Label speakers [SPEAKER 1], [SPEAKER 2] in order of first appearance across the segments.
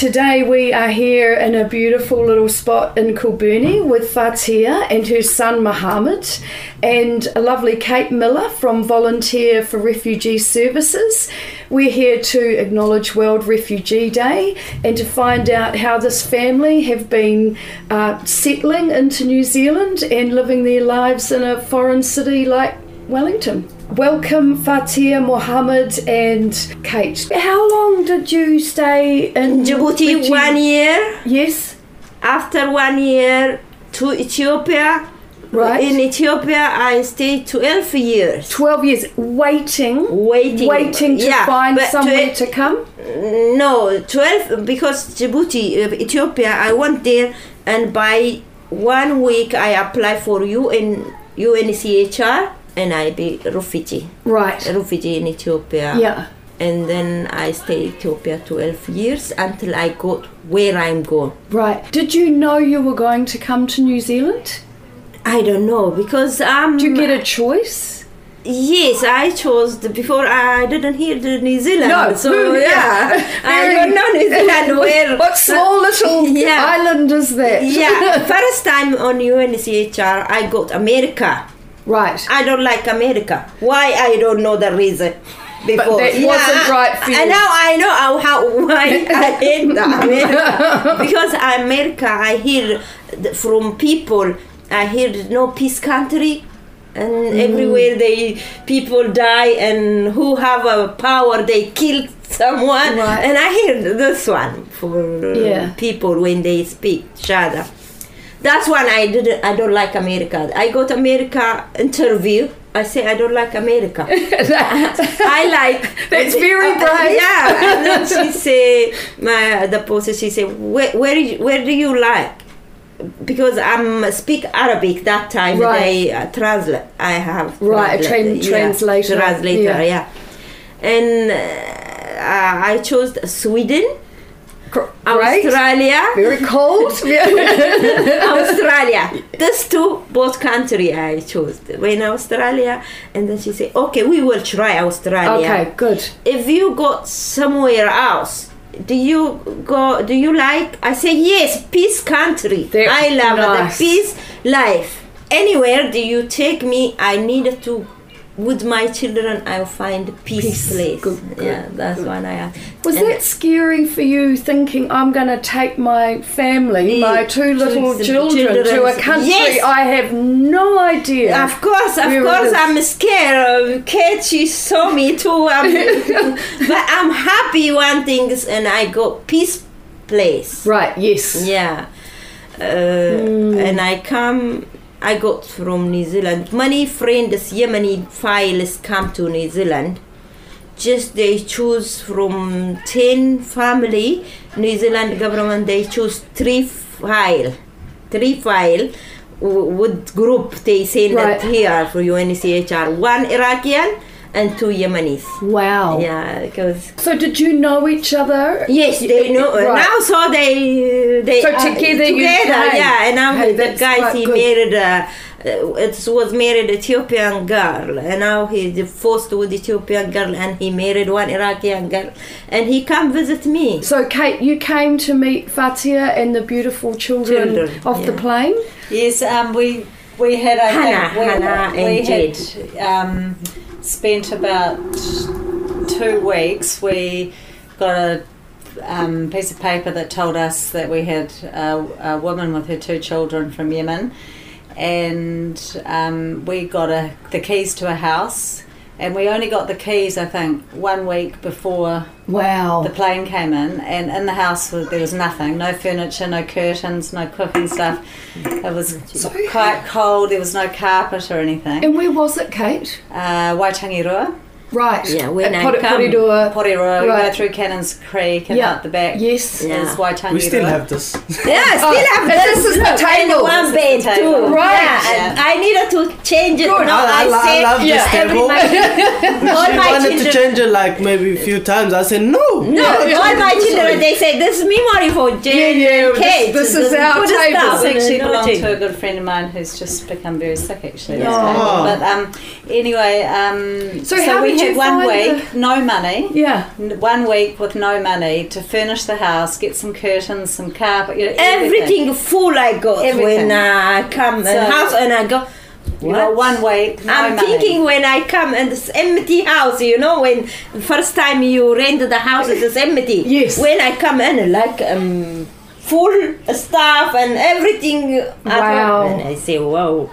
[SPEAKER 1] today we are here in a beautiful little spot in Kulburnie with Fatia and her son Mohammed and a lovely Kate Miller from Volunteer for Refugee Services. We're here to acknowledge World Refugee Day and to find out how this family have been uh, settling into New Zealand and living their lives in a foreign city like Wellington. Welcome, Fatia, Mohammed, and Kate. How long did you stay in
[SPEAKER 2] Djibouti
[SPEAKER 1] did you-
[SPEAKER 2] one year.
[SPEAKER 1] Yes,
[SPEAKER 2] After one year to Ethiopia.
[SPEAKER 1] Right.
[SPEAKER 2] In Ethiopia, I stayed 12 years.
[SPEAKER 1] 12 years waiting,
[SPEAKER 2] Waiting,
[SPEAKER 1] waiting to
[SPEAKER 2] yeah,
[SPEAKER 1] find
[SPEAKER 2] but
[SPEAKER 1] somewhere
[SPEAKER 2] twe-
[SPEAKER 1] to come.
[SPEAKER 2] No, 12 because Djibouti, uh, Ethiopia, I went there and by one week I apply for UN, UNCHR and I be refugee,
[SPEAKER 1] Right.
[SPEAKER 2] refugee in Ethiopia.
[SPEAKER 1] Yeah.
[SPEAKER 2] And then I stay Ethiopia 12 years until I got where I'm going.
[SPEAKER 1] Right. Did you know you were going to come to New Zealand?
[SPEAKER 2] I don't know because um
[SPEAKER 1] Did you get a choice?
[SPEAKER 2] yes I chose the, before I didn't hear the New Zealand
[SPEAKER 1] No,
[SPEAKER 2] so
[SPEAKER 1] who-
[SPEAKER 2] yeah,
[SPEAKER 1] yeah.
[SPEAKER 2] I don't know New Zealand where
[SPEAKER 1] What small little
[SPEAKER 2] Yeah.
[SPEAKER 1] island is that?
[SPEAKER 2] yeah first time on UNCHR I got America
[SPEAKER 1] right.
[SPEAKER 2] I don't like America why I don't know the reason before
[SPEAKER 1] that wasn't right for you.
[SPEAKER 2] and now I know how, how why I hate the America because America I hear th- from people I hear no peace country and
[SPEAKER 1] Mm.
[SPEAKER 2] everywhere they people die and who have a power they kill someone
[SPEAKER 1] Right.
[SPEAKER 2] and I hear this one for
[SPEAKER 1] Yeah.
[SPEAKER 2] people when they speak Shada. That's one I didn't. I don't like America. I got America interview. I say I don't like America. I like.
[SPEAKER 1] That's very brave.
[SPEAKER 2] yeah. And then she say my the process. She say where where, you, where do you like? Because I'm speak Arabic that time.
[SPEAKER 1] Right.
[SPEAKER 2] They uh, translate. I have
[SPEAKER 1] Right, a
[SPEAKER 2] translate-
[SPEAKER 1] tran- translator.
[SPEAKER 2] Translator.
[SPEAKER 1] Yeah.
[SPEAKER 2] Yeah. And uh, I chose Sweden,
[SPEAKER 1] Right.
[SPEAKER 2] Australia.
[SPEAKER 1] Very cold. Yeah.
[SPEAKER 2] Australia. These two, both country I chose. When Australia, and then she said, okay, we will try Australia.
[SPEAKER 1] okay, good.
[SPEAKER 2] If you go somewhere else, do you go? Do you like? I say yes, peace country.
[SPEAKER 1] They're
[SPEAKER 2] I love
[SPEAKER 1] nice.
[SPEAKER 2] the peace life. Anywhere do you take me? I need to. With my children, I'll find peace,
[SPEAKER 1] Peace.
[SPEAKER 2] place.
[SPEAKER 1] Good, good,
[SPEAKER 2] yeah, that's one I asked.
[SPEAKER 1] Was
[SPEAKER 2] And-
[SPEAKER 1] that scary for you thinking I'm going to take my family, my two little
[SPEAKER 2] Children-
[SPEAKER 1] children, to a
[SPEAKER 2] children's-
[SPEAKER 1] country
[SPEAKER 2] Yes.
[SPEAKER 1] I have no idea?
[SPEAKER 2] Of course, of
[SPEAKER 1] We were
[SPEAKER 2] course,
[SPEAKER 1] just-
[SPEAKER 2] I'm scared. Uh, Kate, she saw me too. Um, but I'm happy one thing, is- and I got peace place.
[SPEAKER 1] Right, yes. Hmm.
[SPEAKER 2] Yeah, uh, and I come. I got from New Zealand. Many friends, Yemeni files come to New Zealand. Just they choose from ten family. New Zealand government they choose three file, three file w- with group they send
[SPEAKER 1] Right.
[SPEAKER 2] it here for UNCHR. One Iraqian and two Yemenis.
[SPEAKER 1] Wow.
[SPEAKER 2] Yeah, because
[SPEAKER 1] So did you know each other?
[SPEAKER 2] Yes, they know
[SPEAKER 1] Right.
[SPEAKER 2] now. So they they
[SPEAKER 1] So
[SPEAKER 2] are
[SPEAKER 1] together you
[SPEAKER 2] together,
[SPEAKER 1] came.
[SPEAKER 2] yeah. And now
[SPEAKER 1] Hey,
[SPEAKER 2] the
[SPEAKER 1] that's
[SPEAKER 2] guy
[SPEAKER 1] quite
[SPEAKER 2] he
[SPEAKER 1] good.
[SPEAKER 2] married uh, uh, it was married Ethiopian girl, and now he's divorced with Ethiopian girl, and he married one Iraqian girl, and he come visit me.
[SPEAKER 1] So Kate, you came to meet Fatia and the beautiful children,
[SPEAKER 2] Children,
[SPEAKER 1] off the
[SPEAKER 2] yeah.
[SPEAKER 1] plane.
[SPEAKER 3] Yes, um, we we had I
[SPEAKER 2] Hannah,
[SPEAKER 3] think we,
[SPEAKER 2] Hannah
[SPEAKER 3] we
[SPEAKER 2] and
[SPEAKER 3] had um, spent about two weeks. We got a um, piece of paper that told us that we had a, a woman with her two children from Yemen, and um, we got a, the keys to a house. And we only got the keys, I think, one week before the
[SPEAKER 1] Wow.
[SPEAKER 3] plane came in, and in the house was- there was nothing no furniture, no curtains, no cooking stuff. It was quite cold, there was no carpet or anything.
[SPEAKER 1] And where was it, Kate?
[SPEAKER 3] Uh, Waitangi
[SPEAKER 1] Right.
[SPEAKER 2] Yeah, when
[SPEAKER 1] At
[SPEAKER 2] I
[SPEAKER 1] Pori-
[SPEAKER 2] come-
[SPEAKER 1] Porirua.
[SPEAKER 3] Porirua, we
[SPEAKER 1] Right.
[SPEAKER 3] go through Cannons Creek and
[SPEAKER 1] Yeah.
[SPEAKER 3] out the back
[SPEAKER 1] Yes.
[SPEAKER 3] is
[SPEAKER 2] Yeah.
[SPEAKER 3] Waitangi
[SPEAKER 4] We still have this.
[SPEAKER 2] Yeah,
[SPEAKER 1] Oh,
[SPEAKER 2] still have
[SPEAKER 1] and this is the
[SPEAKER 2] look, and
[SPEAKER 1] table.
[SPEAKER 2] one
[SPEAKER 3] This is
[SPEAKER 2] bed
[SPEAKER 3] the
[SPEAKER 2] too.
[SPEAKER 3] table.
[SPEAKER 1] Right.
[SPEAKER 2] Yeah, and I needed to change it.
[SPEAKER 1] Good.
[SPEAKER 2] Now
[SPEAKER 4] I- I
[SPEAKER 2] I,
[SPEAKER 4] lo- I
[SPEAKER 2] say,
[SPEAKER 4] love this
[SPEAKER 2] yeah, every
[SPEAKER 4] table.
[SPEAKER 2] my children- all
[SPEAKER 4] she
[SPEAKER 2] my
[SPEAKER 4] wanted
[SPEAKER 2] children-
[SPEAKER 4] to change it like maybe a few times. I said no.
[SPEAKER 2] No,
[SPEAKER 1] Yeah.
[SPEAKER 2] all my children, they say this is memory for Jane
[SPEAKER 1] Yeah, yeah,
[SPEAKER 2] and Kate.
[SPEAKER 1] this- this is
[SPEAKER 2] Good
[SPEAKER 1] our
[SPEAKER 2] stuff.
[SPEAKER 1] table.
[SPEAKER 3] This actually
[SPEAKER 2] No
[SPEAKER 3] belonged
[SPEAKER 2] change.
[SPEAKER 3] to a good friend of mine who's just become very sick actually.
[SPEAKER 2] Yeah.
[SPEAKER 3] It's
[SPEAKER 4] Oh.
[SPEAKER 3] painful. But um, anyway, um,
[SPEAKER 1] So, how
[SPEAKER 3] we
[SPEAKER 1] did you
[SPEAKER 3] had one
[SPEAKER 1] find
[SPEAKER 3] week, no money.
[SPEAKER 1] Yeah.
[SPEAKER 3] n- One week with no money to furnish the house, get some curtains, some carpet, you know, everything.
[SPEAKER 2] Everything full I got
[SPEAKER 3] Everything.
[SPEAKER 2] when I come uh,
[SPEAKER 3] So-
[SPEAKER 2] and house and I go.
[SPEAKER 3] You know,
[SPEAKER 2] "What?"
[SPEAKER 3] one week, no
[SPEAKER 2] I'm
[SPEAKER 3] money.
[SPEAKER 2] thinking when I come and this empty house, you know, when first time you rent the house, it is empty.
[SPEAKER 1] Yes.
[SPEAKER 2] When I come in, like um, full stuff and everything. at
[SPEAKER 1] Wow.
[SPEAKER 2] home, And I say, wow,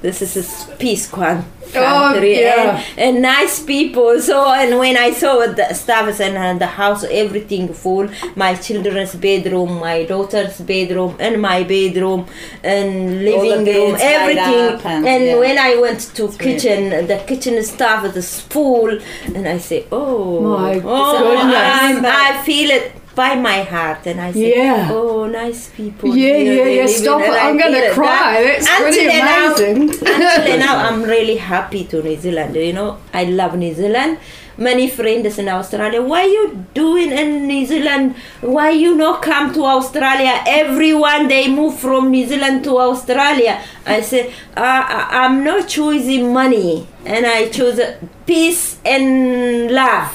[SPEAKER 2] this is a peace quan-
[SPEAKER 1] Oh,
[SPEAKER 2] country
[SPEAKER 1] yeah.
[SPEAKER 2] and, and nice people. So and when I saw the stuff and uh, the house, everything full, my children's bedroom, my daughter's bedroom, and my bedroom, and
[SPEAKER 3] All the
[SPEAKER 2] living room,
[SPEAKER 3] beds lined
[SPEAKER 2] everything.
[SPEAKER 3] up and-
[SPEAKER 2] and
[SPEAKER 3] yeah.
[SPEAKER 2] when I went to kitchen, the kitchen staff at the school, and I say, oh,
[SPEAKER 1] My
[SPEAKER 2] oh,
[SPEAKER 1] goodness.
[SPEAKER 2] I'm- I feel it by my heart, and I say,
[SPEAKER 1] Yeah.
[SPEAKER 2] oh, nice people.
[SPEAKER 1] Yeah,
[SPEAKER 2] you know,
[SPEAKER 1] yeah,
[SPEAKER 2] they
[SPEAKER 1] yeah.
[SPEAKER 2] live in
[SPEAKER 1] Stop it.
[SPEAKER 2] and I
[SPEAKER 1] I'm going
[SPEAKER 2] feel
[SPEAKER 1] to
[SPEAKER 2] it.
[SPEAKER 1] cry.
[SPEAKER 2] That-
[SPEAKER 1] That's pretty
[SPEAKER 2] until now-
[SPEAKER 1] amazing.
[SPEAKER 2] until now, I'm really happy to New Zealand. You know, I love New Zealand. Many friends in Australia. Why you doing in New Zealand? Why you not come to Australia? Everyone they move from New Zealand to Australia. I say uh, I- I'm not choosing money, and I choose peace and love.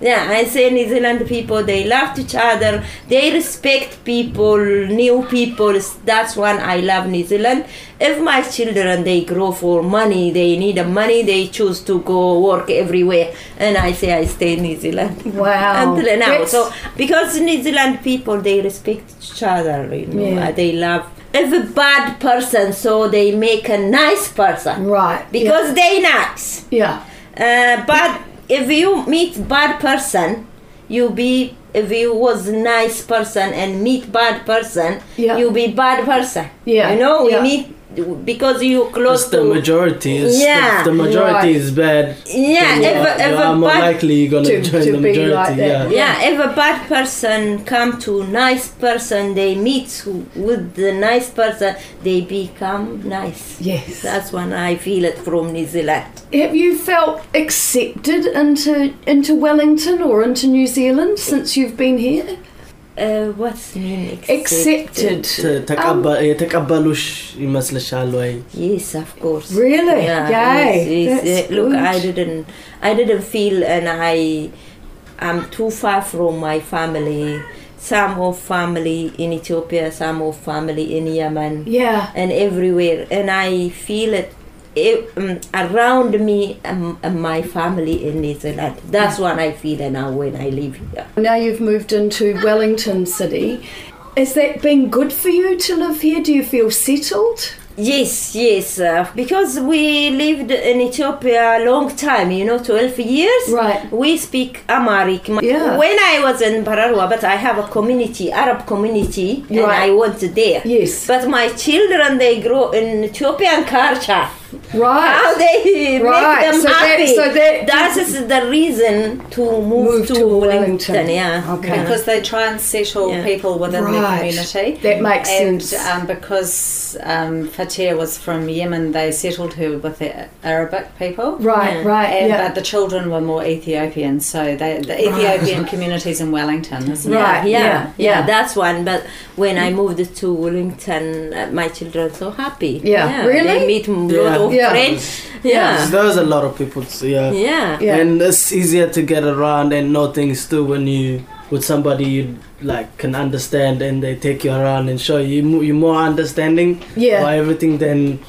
[SPEAKER 2] Yeah, I say New Zealand people they love each other, they respect people, new people. That's one I love New Zealand. If my children they grow for money, they need the money, they choose to go work everywhere, and I say I stay in New Zealand
[SPEAKER 1] Wow.
[SPEAKER 2] until now.
[SPEAKER 1] That's-
[SPEAKER 2] So because New Zealand people they respect each other, you know,
[SPEAKER 1] Yeah.
[SPEAKER 2] they love. If a bad person, so they make a nice person
[SPEAKER 1] Right.
[SPEAKER 2] because they nice.
[SPEAKER 1] Yeah.
[SPEAKER 2] Uh, but if you meet bad person you be if you was nice person and meet bad person
[SPEAKER 1] Yeah.
[SPEAKER 2] you be bad person
[SPEAKER 1] Yeah,
[SPEAKER 2] you know we
[SPEAKER 1] yeah.
[SPEAKER 2] meet because you close
[SPEAKER 4] It's the
[SPEAKER 2] to
[SPEAKER 4] majority. It's the-
[SPEAKER 2] Yeah,
[SPEAKER 4] the, majority
[SPEAKER 1] right.
[SPEAKER 4] is bad.
[SPEAKER 2] yeah
[SPEAKER 4] then you
[SPEAKER 2] if,
[SPEAKER 4] are-
[SPEAKER 2] a- if
[SPEAKER 4] you
[SPEAKER 2] a
[SPEAKER 4] are more
[SPEAKER 2] bad
[SPEAKER 4] likely gonna
[SPEAKER 1] To-
[SPEAKER 4] join
[SPEAKER 1] to
[SPEAKER 4] the
[SPEAKER 1] be like
[SPEAKER 4] majority.
[SPEAKER 1] that.
[SPEAKER 4] yeah.
[SPEAKER 2] yeah if a bad person come to nice person they meet with the nice person they become nice
[SPEAKER 1] Yes.
[SPEAKER 2] that's when i feel it from new zealand
[SPEAKER 1] Have you felt accepted into into Wellington or into New Zealand since you've been here?
[SPEAKER 2] uh, what's mean
[SPEAKER 1] Accepted.
[SPEAKER 4] ت- تقبل إيه، تقبلوا ش- يمثلش هالوي.
[SPEAKER 2] Yes, of course.
[SPEAKER 1] Really? Yay,
[SPEAKER 2] yes, yes.
[SPEAKER 1] that's
[SPEAKER 2] Uh, Look,
[SPEAKER 1] good.
[SPEAKER 2] I didn't, I didn't feel, and I, I'm too far from my family. Some of family in Ethiopia, some of family in Yemen,
[SPEAKER 1] Yeah.
[SPEAKER 2] and everywhere. And I feel it, eh, um, around me um, and my family in New Zealand. That's what I feel now when I live here.
[SPEAKER 1] Now you've moved into Wellington City. Has that been good for you to live here? Do you feel settled?
[SPEAKER 2] Yes, yes, uh, because we lived in Ethiopia a long time, you know, 12 years.
[SPEAKER 1] Right.
[SPEAKER 2] We speak Amharic. My-
[SPEAKER 1] Yeah.
[SPEAKER 2] When I was in Barawa, but I have a community, Arab community, and
[SPEAKER 1] Right.
[SPEAKER 2] I went there.
[SPEAKER 1] Yes.
[SPEAKER 2] But my children, they grow in Ethiopian culture.
[SPEAKER 1] Right.
[SPEAKER 2] How they
[SPEAKER 1] Right,
[SPEAKER 2] make them
[SPEAKER 1] so that-
[SPEAKER 2] happy.
[SPEAKER 1] so that-
[SPEAKER 2] that is the reason to move,
[SPEAKER 1] Move
[SPEAKER 2] to,
[SPEAKER 1] to
[SPEAKER 2] Wellington.
[SPEAKER 1] Wellington.
[SPEAKER 2] Yeah.
[SPEAKER 1] Okay.
[SPEAKER 3] because they try and settle
[SPEAKER 2] Yeah.
[SPEAKER 3] people within the
[SPEAKER 1] Right.
[SPEAKER 3] community.
[SPEAKER 1] That makes
[SPEAKER 3] and,
[SPEAKER 1] sense.
[SPEAKER 3] Um, because um, Fatia was from Yemen, they settled her with the Arabic people.
[SPEAKER 1] Right,
[SPEAKER 2] Yeah. uh,
[SPEAKER 1] right,
[SPEAKER 3] And,
[SPEAKER 1] yeah.
[SPEAKER 3] But the children were more Ethiopian, so they, the Ethiopian communities in Wellington. Isn't
[SPEAKER 1] Right.
[SPEAKER 3] it?
[SPEAKER 2] yeah, yeah,
[SPEAKER 1] yeah,
[SPEAKER 2] yeah,
[SPEAKER 1] yeah.
[SPEAKER 2] that's one. But when I moved to Wellington, uh, my children so happy.
[SPEAKER 1] Yeah. Really?
[SPEAKER 2] They meet a lot
[SPEAKER 4] Yeah.
[SPEAKER 2] of
[SPEAKER 1] Yeah.
[SPEAKER 2] friends.
[SPEAKER 4] So
[SPEAKER 2] Yeah,
[SPEAKER 4] There's a lot of people. so Yeah.
[SPEAKER 2] yeah,
[SPEAKER 1] Yeah.
[SPEAKER 4] And it's easier to get around and know things too when you with somebody you like can understand and they take you around and show you mo- you're more understanding
[SPEAKER 1] Yeah.
[SPEAKER 4] by everything than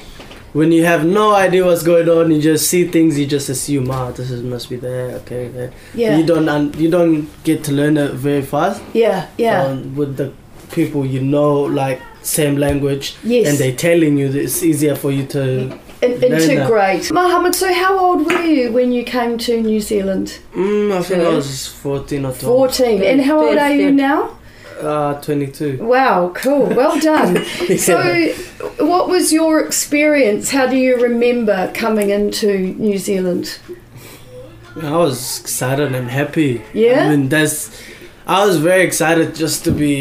[SPEAKER 4] when you have no idea what's going on you just see things you just assume ah this is, must be there okay there.
[SPEAKER 1] Yeah.
[SPEAKER 4] you don't un- you don't get to learn it very fast
[SPEAKER 1] yeah, yeah.
[SPEAKER 4] um, with the people you know like same language
[SPEAKER 1] Yes.
[SPEAKER 4] and they telling you that it's easier for you to
[SPEAKER 1] In,
[SPEAKER 4] learn that.
[SPEAKER 1] integrate. Mohammed, so how old were you when you came to New Zealand?
[SPEAKER 4] mm, I think I
[SPEAKER 2] Twelve.
[SPEAKER 4] was 14 or 12
[SPEAKER 1] 14. And how old are you
[SPEAKER 2] Fifteen.
[SPEAKER 1] now?
[SPEAKER 4] Uh, 22.
[SPEAKER 1] Wow, cool. Well done. So, what was your experience? How do you remember coming into New Zealand?
[SPEAKER 4] I was excited and happy.
[SPEAKER 1] Yeah?
[SPEAKER 4] I mean, that's. I was very excited just to be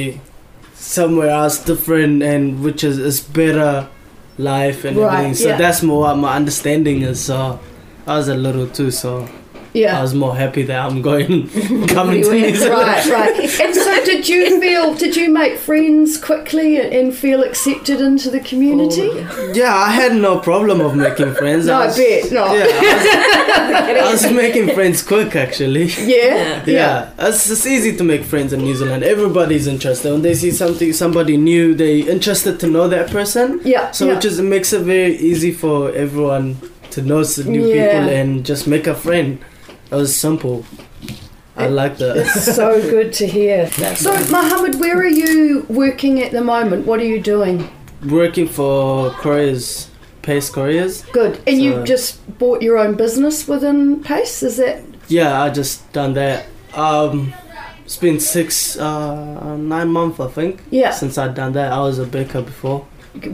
[SPEAKER 4] somewhere else different and which is, is better life and
[SPEAKER 1] Right,
[SPEAKER 4] everything. So
[SPEAKER 1] yeah.
[SPEAKER 4] that's more what my understanding is. So I was a little too. So
[SPEAKER 1] Yeah.
[SPEAKER 4] I was more happy that I'm going coming to
[SPEAKER 1] Anywhere.
[SPEAKER 4] New Zealand.
[SPEAKER 1] right, right. And so, did you feel? Did you make friends quickly and- and feel accepted into the community?
[SPEAKER 4] Yeah, I had no problem of making friends.
[SPEAKER 1] No, I
[SPEAKER 4] was,
[SPEAKER 1] bet not.
[SPEAKER 4] Yeah, I was, I was making friends quick actually.
[SPEAKER 1] yeah,
[SPEAKER 4] Yeah, It's, it's easy to make friends in New Zealand. Everybody's interested when they see something, somebody new. They interested to know that person.
[SPEAKER 1] yeah.
[SPEAKER 4] So
[SPEAKER 1] yeah.
[SPEAKER 4] it just makes it very easy for everyone to know s- new
[SPEAKER 1] Yeah.
[SPEAKER 4] people and just make a friend. That was simple. I like that.
[SPEAKER 1] It's so good to hear. So, Mohammed, where are you working at the moment? What are you doing?
[SPEAKER 4] Working for couriers, Pace Couriers.
[SPEAKER 1] Good. And you've
[SPEAKER 4] So-
[SPEAKER 1] just bought your own business within Pace? Is that
[SPEAKER 4] Yeah, I just done that. Um, it's been six, uh, nine months I think
[SPEAKER 1] yeah?
[SPEAKER 4] since I done that. I was a baker before.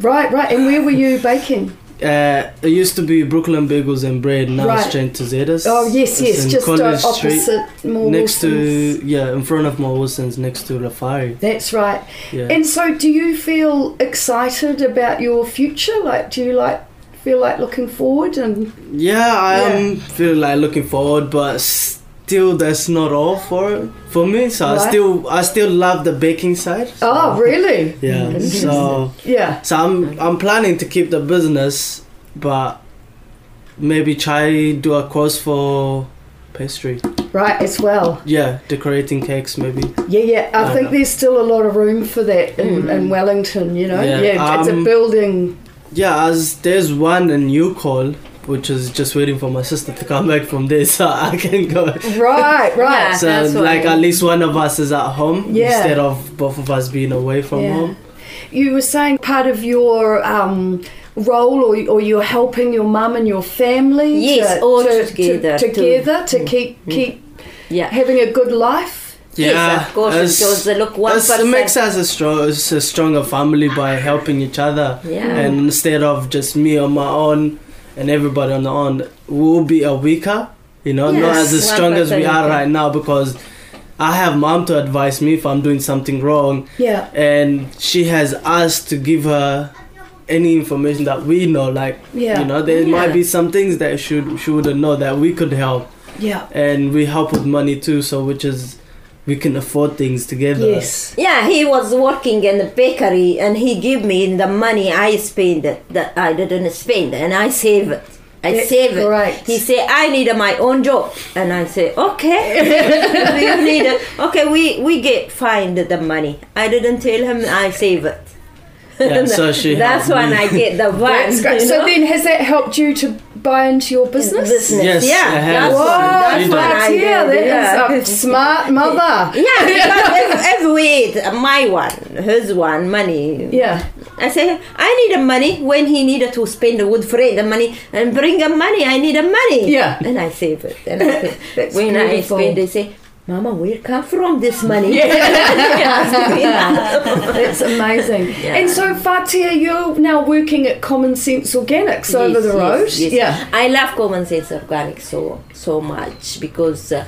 [SPEAKER 1] Right, right. And where were you baking?
[SPEAKER 4] Uh, it used to be Brooklyn Bagels and Bread. Now
[SPEAKER 1] Right.
[SPEAKER 4] it's changed to Zetas.
[SPEAKER 1] Oh yes,
[SPEAKER 4] It's
[SPEAKER 1] yes,
[SPEAKER 4] in
[SPEAKER 1] just o-
[SPEAKER 4] College
[SPEAKER 1] opposite
[SPEAKER 4] Street,
[SPEAKER 1] Moore
[SPEAKER 4] next
[SPEAKER 1] Wilson's.
[SPEAKER 4] to yeah, in front of my Wilson's, next to Lafari.
[SPEAKER 1] That's right.
[SPEAKER 4] Yeah.
[SPEAKER 1] And so, do you feel excited about your future? Like, do you like feel like looking forward and
[SPEAKER 4] Yeah, I
[SPEAKER 1] Yeah.
[SPEAKER 4] am feel like looking forward, but still that's not all for for me. So
[SPEAKER 1] Right.
[SPEAKER 4] I still I still love the baking side. so-
[SPEAKER 1] oh, Mm-hmm. really?
[SPEAKER 4] Yeah. So
[SPEAKER 1] Yeah,
[SPEAKER 4] so I'm I'm planning to keep the business, but maybe try do a course for pastry.
[SPEAKER 1] right as well.
[SPEAKER 4] Yeah, decorating cakes maybe.
[SPEAKER 1] Yeah, yeah. I
[SPEAKER 4] Yeah.
[SPEAKER 1] think there's still a lot of room for that in,
[SPEAKER 2] Mm.
[SPEAKER 1] in Wellington. You know, yeah,
[SPEAKER 4] Yeah,
[SPEAKER 1] it's a
[SPEAKER 4] um,
[SPEAKER 1] building.
[SPEAKER 4] Yeah, as there's one in Ucall, which is just waiting for my sister to come back from there, so I can go.
[SPEAKER 1] Right, right.
[SPEAKER 2] Yeah.
[SPEAKER 4] So
[SPEAKER 2] That's what
[SPEAKER 4] like
[SPEAKER 2] I-
[SPEAKER 4] at least one of us is at home
[SPEAKER 1] Yeah.
[SPEAKER 4] instead of both of us being away from
[SPEAKER 1] Yeah.
[SPEAKER 4] home.
[SPEAKER 1] You were saying part of your um, role, or, or you're helping your mum and your family.
[SPEAKER 2] Yes,
[SPEAKER 1] to,
[SPEAKER 2] all
[SPEAKER 1] to,
[SPEAKER 2] together
[SPEAKER 1] to,
[SPEAKER 2] to- Mm.
[SPEAKER 1] together to keep keep
[SPEAKER 2] Yeah.
[SPEAKER 1] having a good life.
[SPEAKER 2] Yes, of course,
[SPEAKER 4] it's-
[SPEAKER 2] because uh, look, one
[SPEAKER 4] it's- it
[SPEAKER 2] person.
[SPEAKER 4] makes us a strong, it's a stronger family by helping each other,
[SPEAKER 2] Yeah.
[SPEAKER 4] and instead of just me on my own and everybody on their own, we'll be a weaker. You know, not
[SPEAKER 2] Yes,
[SPEAKER 4] as as
[SPEAKER 2] one
[SPEAKER 4] strong as we
[SPEAKER 2] person
[SPEAKER 4] are
[SPEAKER 2] weaker.
[SPEAKER 4] right now because I have mom to advise me if I'm doing something wrong,
[SPEAKER 1] Yeah,
[SPEAKER 4] and she has us to give her any information that we know. Like
[SPEAKER 1] yeah,
[SPEAKER 4] you know, there might
[SPEAKER 2] Yeah.
[SPEAKER 4] be some things that should she wouldn't know that we could help
[SPEAKER 1] yeah.
[SPEAKER 4] and we help with money too so which is we can afford things together
[SPEAKER 1] Yes.
[SPEAKER 2] Yeah, he was working in the bakery and he gave me the money I spend it that I didn't spend and I save it. I
[SPEAKER 1] That's
[SPEAKER 2] save it.
[SPEAKER 1] great.
[SPEAKER 2] He said I need my own job and I say okay. you need it. Okay, we we get find the money. I didn't tell him I save it.
[SPEAKER 4] Yeah, so she
[SPEAKER 2] That's
[SPEAKER 4] helped
[SPEAKER 2] when
[SPEAKER 4] me.
[SPEAKER 2] I get the vibe.
[SPEAKER 1] That's great.
[SPEAKER 2] you
[SPEAKER 1] So
[SPEAKER 2] know?
[SPEAKER 1] then, has that helped you to buy into your business?
[SPEAKER 2] business.
[SPEAKER 4] Yes,
[SPEAKER 2] yeah,
[SPEAKER 4] I have.
[SPEAKER 2] that's,
[SPEAKER 1] Wow,
[SPEAKER 4] Whoa,
[SPEAKER 2] that's
[SPEAKER 4] you
[SPEAKER 2] what
[SPEAKER 4] do.
[SPEAKER 2] I
[SPEAKER 1] that's- yeah,
[SPEAKER 2] did,
[SPEAKER 1] that
[SPEAKER 2] yeah.
[SPEAKER 1] is a smart mother.
[SPEAKER 2] Yeah, because if, if we my one, his one, money.
[SPEAKER 1] Yeah,
[SPEAKER 2] I say I need a money when he needed to spend with Fred the money and bring a money. I need a money.
[SPEAKER 1] Yeah.
[SPEAKER 2] And I save it. And I save it.
[SPEAKER 1] That's
[SPEAKER 2] when
[SPEAKER 1] beautiful.
[SPEAKER 2] I spend, they say, "Mama, where come from this money?"
[SPEAKER 1] that's amazing. And so, Fatia, you're now working at Common Sense Organics over
[SPEAKER 2] Yes,
[SPEAKER 1] the
[SPEAKER 2] yes,
[SPEAKER 1] road.
[SPEAKER 2] yes.
[SPEAKER 1] Yeah,
[SPEAKER 2] I love Common Sense Organic so so much because uh,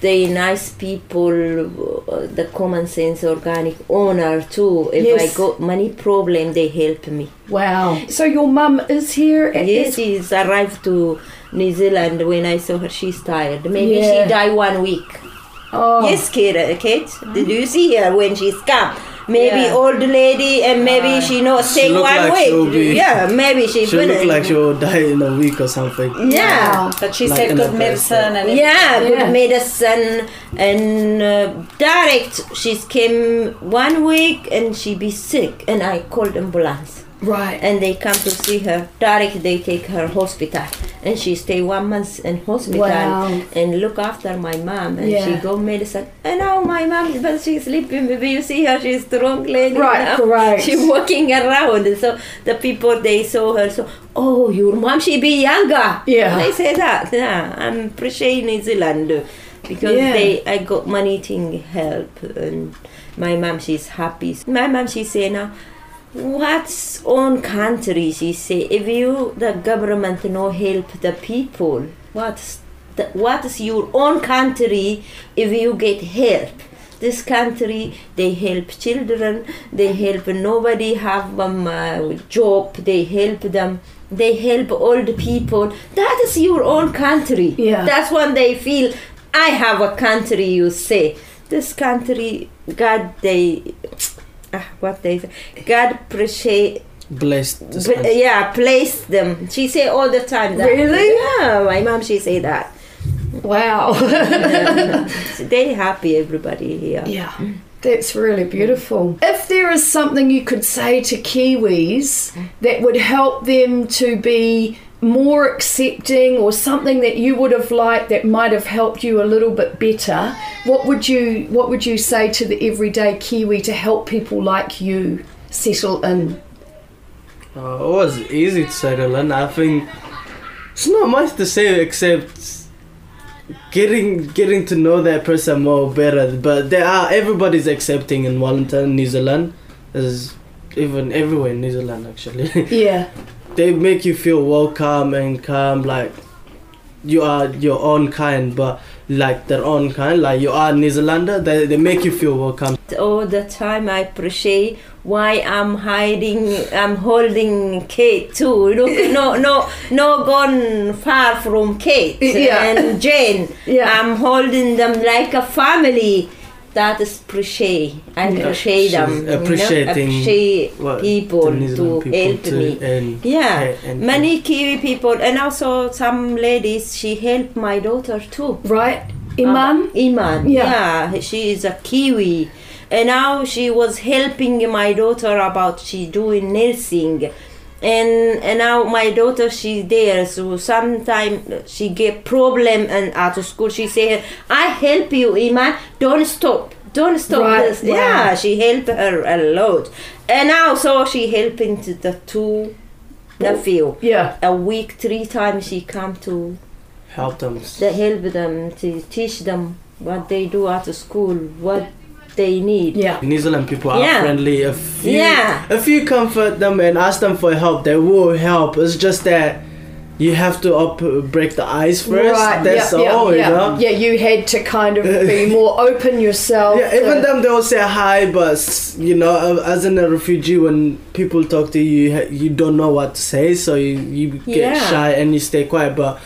[SPEAKER 2] they nice people. Uh, the Common Sense Organic owner too. If
[SPEAKER 1] Yes.
[SPEAKER 2] I got money problem, they help me.
[SPEAKER 1] wow. So, your mum is here at
[SPEAKER 2] Yes,
[SPEAKER 1] this.
[SPEAKER 2] she's arrived to New Zealand. When I saw her, she's tired. Maybe
[SPEAKER 1] Yeah.
[SPEAKER 2] she died one week.
[SPEAKER 1] Oh,
[SPEAKER 2] Yes, Kate. Kate, did you see her when she's come? Maybe
[SPEAKER 3] Yeah.
[SPEAKER 2] old lady, and maybe she not stay
[SPEAKER 4] Ah. look
[SPEAKER 2] one
[SPEAKER 4] like she'll
[SPEAKER 2] week.
[SPEAKER 4] be-
[SPEAKER 2] Yeah, maybe she.
[SPEAKER 4] she look
[SPEAKER 2] finished.
[SPEAKER 4] like she'll die in a week or something
[SPEAKER 2] Yeah.
[SPEAKER 1] Wow.
[SPEAKER 3] But she
[SPEAKER 4] Like
[SPEAKER 3] said
[SPEAKER 4] in
[SPEAKER 3] good
[SPEAKER 4] the first,
[SPEAKER 3] medicine and
[SPEAKER 2] Yeah,
[SPEAKER 1] Yeah.
[SPEAKER 2] good medicine and uh, direct. She's came one week and she be sick, and I called ambulance,
[SPEAKER 1] right.
[SPEAKER 2] and they come to see her. Direct, they take her hospital, and she stay one month in hospital
[SPEAKER 1] Wow.
[SPEAKER 2] and look after my mom, and
[SPEAKER 1] Yeah.
[SPEAKER 2] she go medicine. And now my mom, but she's sleeping. Maybe you see her, she's strong lady.
[SPEAKER 1] Right,
[SPEAKER 2] now.
[SPEAKER 1] correct.
[SPEAKER 2] She walking around, and so the people they saw her. So, oh, your mom, she be younger.
[SPEAKER 1] Yeah.
[SPEAKER 2] they say that. Yeah, I'm appreciate New Zealand because
[SPEAKER 1] Yeah.
[SPEAKER 2] they I got money thing help, and my mom she's happy. My mom she say now. What's own country? She say, if you the government no help the people, what's the, what is your own country if you get help? This country they help children, they help nobody have um, uh, job, they help them. they help all the people. That is your own country.
[SPEAKER 1] Yeah.
[SPEAKER 2] That's when they feel I have a country. You say this country, God, they ah, what they say. God appreciate.
[SPEAKER 4] Blessed. this
[SPEAKER 2] But,
[SPEAKER 4] country.
[SPEAKER 2] yeah, place them. She say all the time that.
[SPEAKER 1] Really?
[SPEAKER 2] Yeah, my mom she say that.
[SPEAKER 1] Wow.
[SPEAKER 2] they happy everybody here.
[SPEAKER 1] Yeah, that's really beautiful. If there is something you could say to Kiwis that would help them to be more accepting or something that you would have liked that might have helped you a little bit better, what would you what would you say to the everyday Kiwi to help people like you settle in?
[SPEAKER 4] Uh, it was easy to settle in. I think it's not much to say except getting getting to know that person more better. But there are everybody's accepting in Wellington, New Zealand. There's even everywhere in New Zealand actually.
[SPEAKER 1] Yeah.
[SPEAKER 4] they make you feel welcome and calm, like you are your own kind, but like their own kind. Like you are New Zealander, they they make you feel welcome.
[SPEAKER 2] All the time I appreciate why I'm hiding I'm holding Kate too. Look no no no gone far from Kate
[SPEAKER 1] Yeah.
[SPEAKER 2] and Jane.
[SPEAKER 1] Yeah.
[SPEAKER 2] I'm holding them like a family. That is appreciate. I
[SPEAKER 1] Yeah.
[SPEAKER 2] appreciate them. you know,
[SPEAKER 4] Appreciating
[SPEAKER 2] appreciate
[SPEAKER 4] Well,
[SPEAKER 2] people
[SPEAKER 4] the New
[SPEAKER 2] to
[SPEAKER 4] Zealand people
[SPEAKER 2] help
[SPEAKER 4] to-
[SPEAKER 2] me.
[SPEAKER 4] and
[SPEAKER 2] Yeah.
[SPEAKER 4] and-
[SPEAKER 2] Many Kiwi people and also some ladies she helped my daughter too.
[SPEAKER 1] Right? Iman?
[SPEAKER 2] Uh, Iman.
[SPEAKER 1] Yeah.
[SPEAKER 2] Yeah. she is a Kiwi, and now she was helping my daughter about she doing nursing, and and now my daughter she's there. So sometime she get problem and out of school she say, "I help you, Iman. Don't stop." Don't stop
[SPEAKER 1] Right,
[SPEAKER 2] this.
[SPEAKER 1] wow.
[SPEAKER 2] Yeah, she helped her a lot, and now so she helping to the two
[SPEAKER 1] Oh.
[SPEAKER 2] nephew
[SPEAKER 1] Yeah.
[SPEAKER 2] a week three times. She come to
[SPEAKER 4] help them.
[SPEAKER 2] that help them to teach them what they do at school, what they need.
[SPEAKER 1] Yeah.
[SPEAKER 4] New Zealand people are
[SPEAKER 2] Yeah.
[SPEAKER 4] friendly. If you,
[SPEAKER 2] Yeah.
[SPEAKER 4] if you comfort them and ask them for help, they will help. It's just that you have to up, break the ice first.
[SPEAKER 1] Right.
[SPEAKER 4] That's
[SPEAKER 1] yeah, yeah,
[SPEAKER 4] all,
[SPEAKER 1] yeah.
[SPEAKER 4] you know.
[SPEAKER 1] yeah, you had to kind of be more open yourself.
[SPEAKER 4] Yeah,
[SPEAKER 1] to-
[SPEAKER 4] even them they will say hi, but s- you know, uh, as in a refugee, when people talk to you, you ha- you don't know what to say, so you, you get
[SPEAKER 2] Yeah.
[SPEAKER 4] shy and you stay quiet. But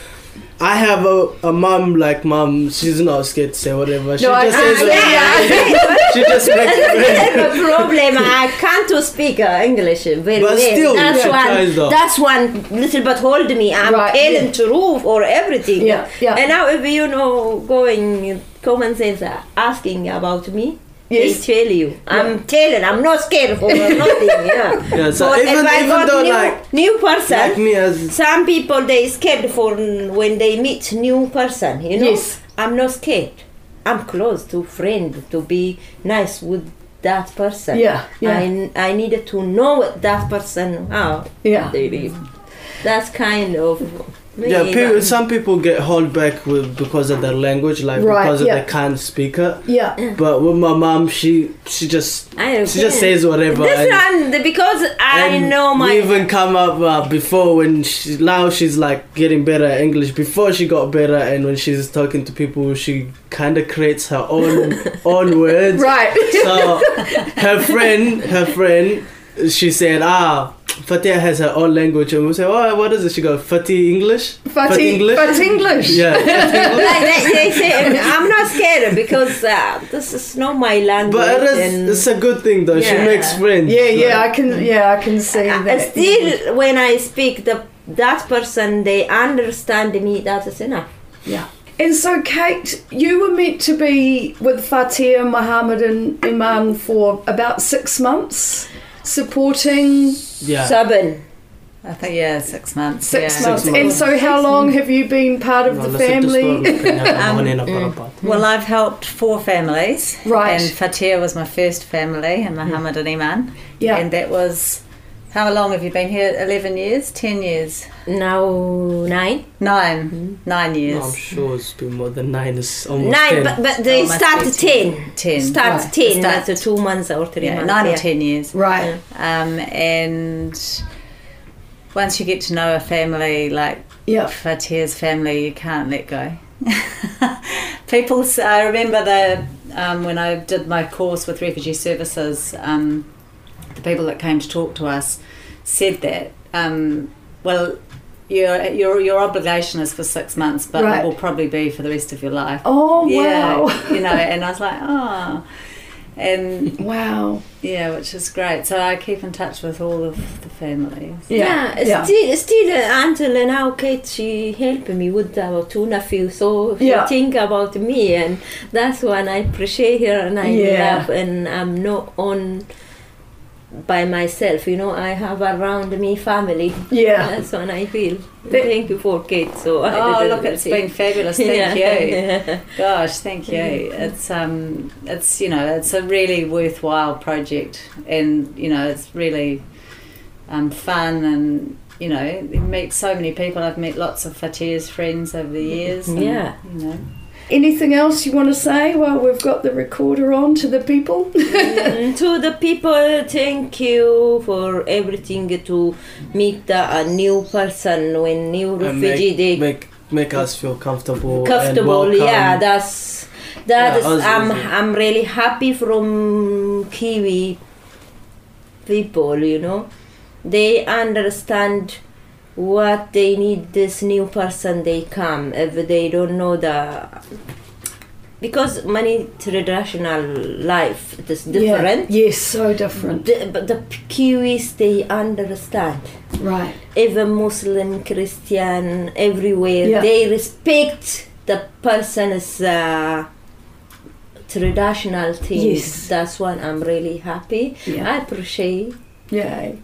[SPEAKER 4] I have a, a mom like mom. She's not scared to say whatever. She
[SPEAKER 1] No, I-
[SPEAKER 4] just
[SPEAKER 1] Ah,
[SPEAKER 4] says what- she just makes.
[SPEAKER 2] I have a problem. I can't to speak uh, English very well.
[SPEAKER 4] But still,
[SPEAKER 2] that's
[SPEAKER 4] yeah, tries though.
[SPEAKER 2] one. That's one little but hold me. I'm
[SPEAKER 1] Right,
[SPEAKER 2] telling
[SPEAKER 1] yeah.
[SPEAKER 2] to roof or everything.
[SPEAKER 1] Yeah, yeah.
[SPEAKER 2] And now if you know going common sense uh, asking about me.
[SPEAKER 1] Yes.
[SPEAKER 2] They tell you. I'm telling. I'm not scared for nothing. Yeah.
[SPEAKER 4] Yeah, so
[SPEAKER 2] But
[SPEAKER 4] even-
[SPEAKER 2] if I
[SPEAKER 4] even
[SPEAKER 2] got
[SPEAKER 4] though,
[SPEAKER 2] new,
[SPEAKER 4] like-
[SPEAKER 2] new person,
[SPEAKER 4] Like me as
[SPEAKER 2] some people they scared for when they meet new person you know
[SPEAKER 1] Yes.
[SPEAKER 2] i'm not scared i'm close to friend to be nice with that person
[SPEAKER 1] Yeah, yeah.
[SPEAKER 2] I, I needed to know what that person how
[SPEAKER 1] Yeah.
[SPEAKER 2] they live that's kind of
[SPEAKER 4] Yeah,
[SPEAKER 2] me,
[SPEAKER 4] people,
[SPEAKER 2] but-
[SPEAKER 4] some people get held back with because of their language, like
[SPEAKER 1] Right,
[SPEAKER 4] because
[SPEAKER 1] yeah.
[SPEAKER 4] of they can't speak it.
[SPEAKER 1] Yeah.
[SPEAKER 4] But with my mom, she she just
[SPEAKER 2] I
[SPEAKER 4] she just
[SPEAKER 2] agree.
[SPEAKER 4] says whatever.
[SPEAKER 2] this
[SPEAKER 4] and-
[SPEAKER 2] one the- because i
[SPEAKER 4] and
[SPEAKER 2] know my
[SPEAKER 4] We even come up uh, before when she, now she's like getting better at English. Before she got better, and when she's talking to people, she kind of creates her own own words.
[SPEAKER 1] Right.
[SPEAKER 4] So her friend, her friend, she said, ah. Fatia has her own language, and we say, "Oh, what is it?" She goes, "Fati English."
[SPEAKER 1] But English. But English.
[SPEAKER 4] Yeah, Fati English.
[SPEAKER 2] like they, they say i'm not scared because uh, this is not my language
[SPEAKER 4] But it
[SPEAKER 2] and-
[SPEAKER 4] is, it's a good thing though. She
[SPEAKER 2] Yeah.
[SPEAKER 4] makes friends.
[SPEAKER 1] Yeah,
[SPEAKER 4] like-
[SPEAKER 1] yeah, I can. Yeah, I can see
[SPEAKER 2] Uh,
[SPEAKER 1] that.
[SPEAKER 2] still when i speak the that person they understand me that is enough
[SPEAKER 1] yeah. And so, Kate, you were meant to be with Fatia, Mohammed, and Iman for about six months, supporting
[SPEAKER 4] yeah.
[SPEAKER 2] seven
[SPEAKER 3] I think yeah, six months.
[SPEAKER 1] six,
[SPEAKER 3] yeah.
[SPEAKER 1] months.
[SPEAKER 4] months.
[SPEAKER 1] And so, how long have you been part of
[SPEAKER 4] No,
[SPEAKER 1] the
[SPEAKER 4] listen to
[SPEAKER 1] family?
[SPEAKER 4] story, can have
[SPEAKER 3] Um,
[SPEAKER 4] one in a
[SPEAKER 2] mm,
[SPEAKER 4] proper.
[SPEAKER 3] Well, I've helped four families.
[SPEAKER 1] Right.
[SPEAKER 3] And Fatia was my first family, and Muhammad and Iman.
[SPEAKER 1] Yeah.
[SPEAKER 3] And that was how long have you been here? Eleven years, ten years,
[SPEAKER 2] now nine
[SPEAKER 3] 9 nine years.
[SPEAKER 4] No, I'm sure it's been more than nine. It's almost
[SPEAKER 2] nine
[SPEAKER 4] ten.
[SPEAKER 2] but, but they
[SPEAKER 3] Oh, must
[SPEAKER 2] start
[SPEAKER 3] be
[SPEAKER 2] ten
[SPEAKER 3] 10,
[SPEAKER 2] start
[SPEAKER 3] right.
[SPEAKER 2] ten
[SPEAKER 3] Start-
[SPEAKER 2] after two months or three
[SPEAKER 3] yeah,
[SPEAKER 2] months
[SPEAKER 3] nine or
[SPEAKER 2] yeah.
[SPEAKER 3] ten years.
[SPEAKER 1] right.
[SPEAKER 3] Um, and once you get to know a family like
[SPEAKER 1] Yeah.
[SPEAKER 3] Fatia's family, you can't let go. People, s- I remember the um, when I did my course with refugee services, um, the people that came to talk to us said that um, well, your your your obligation is for six months, but
[SPEAKER 1] Right.
[SPEAKER 3] it will probably be for the rest of your life.
[SPEAKER 1] Oh
[SPEAKER 3] yeah,
[SPEAKER 1] wow,
[SPEAKER 3] you know, and I was like, oh, and
[SPEAKER 1] wow.
[SPEAKER 3] yeah, which is great. So I keep in touch with all of the families.
[SPEAKER 2] Yeah,
[SPEAKER 1] yeah.
[SPEAKER 2] Still, still uh, until now, Kate she helped me with our two nephews. So she
[SPEAKER 1] Yeah.
[SPEAKER 2] think about me, and that's when I appreciate her and I
[SPEAKER 1] Yeah.
[SPEAKER 2] love, and I'm not on by myself. You know, I have around me family.
[SPEAKER 1] yeah.
[SPEAKER 2] That's when I feel.
[SPEAKER 1] Th-
[SPEAKER 2] Thank you for Kate. So I
[SPEAKER 3] Oh,
[SPEAKER 2] didn't
[SPEAKER 3] look, it's been
[SPEAKER 2] think-
[SPEAKER 3] fabulous. Thank
[SPEAKER 2] Yeah.
[SPEAKER 3] you. Gosh, thank you. It's um, it's you know, it's a really worthwhile project, and you know, it's really um, fun, and you know, you meet so many people. I've met lots of Fatia's friends over the years. and,
[SPEAKER 2] Yeah.
[SPEAKER 3] you know,
[SPEAKER 1] Anything else you want to say while we've got the recorder on to the people?
[SPEAKER 2] Mm, to the people, thank you for everything to meet the, a new person when new
[SPEAKER 4] And
[SPEAKER 2] refugee they
[SPEAKER 4] make, make make us feel comfortable. and
[SPEAKER 2] comfortable. Yeah,
[SPEAKER 4] welcome.
[SPEAKER 2] that's that
[SPEAKER 4] Yeah,
[SPEAKER 2] is
[SPEAKER 4] us
[SPEAKER 2] I'm
[SPEAKER 4] also.
[SPEAKER 2] I'm really happy from Kiwi people. You know, they understand what they need. This new person they come if they don't know the because many traditional life it is different.
[SPEAKER 1] Yeah. Yes, so different.
[SPEAKER 2] The, but the Kiwis they understand
[SPEAKER 1] Right.
[SPEAKER 2] even Muslim, Christian, everywhere,
[SPEAKER 1] Yeah.
[SPEAKER 2] they respect the person's uh, traditional things.
[SPEAKER 1] Yes.
[SPEAKER 2] That's why I'm really happy.
[SPEAKER 1] Yeah.
[SPEAKER 2] I appreciate
[SPEAKER 1] Yay.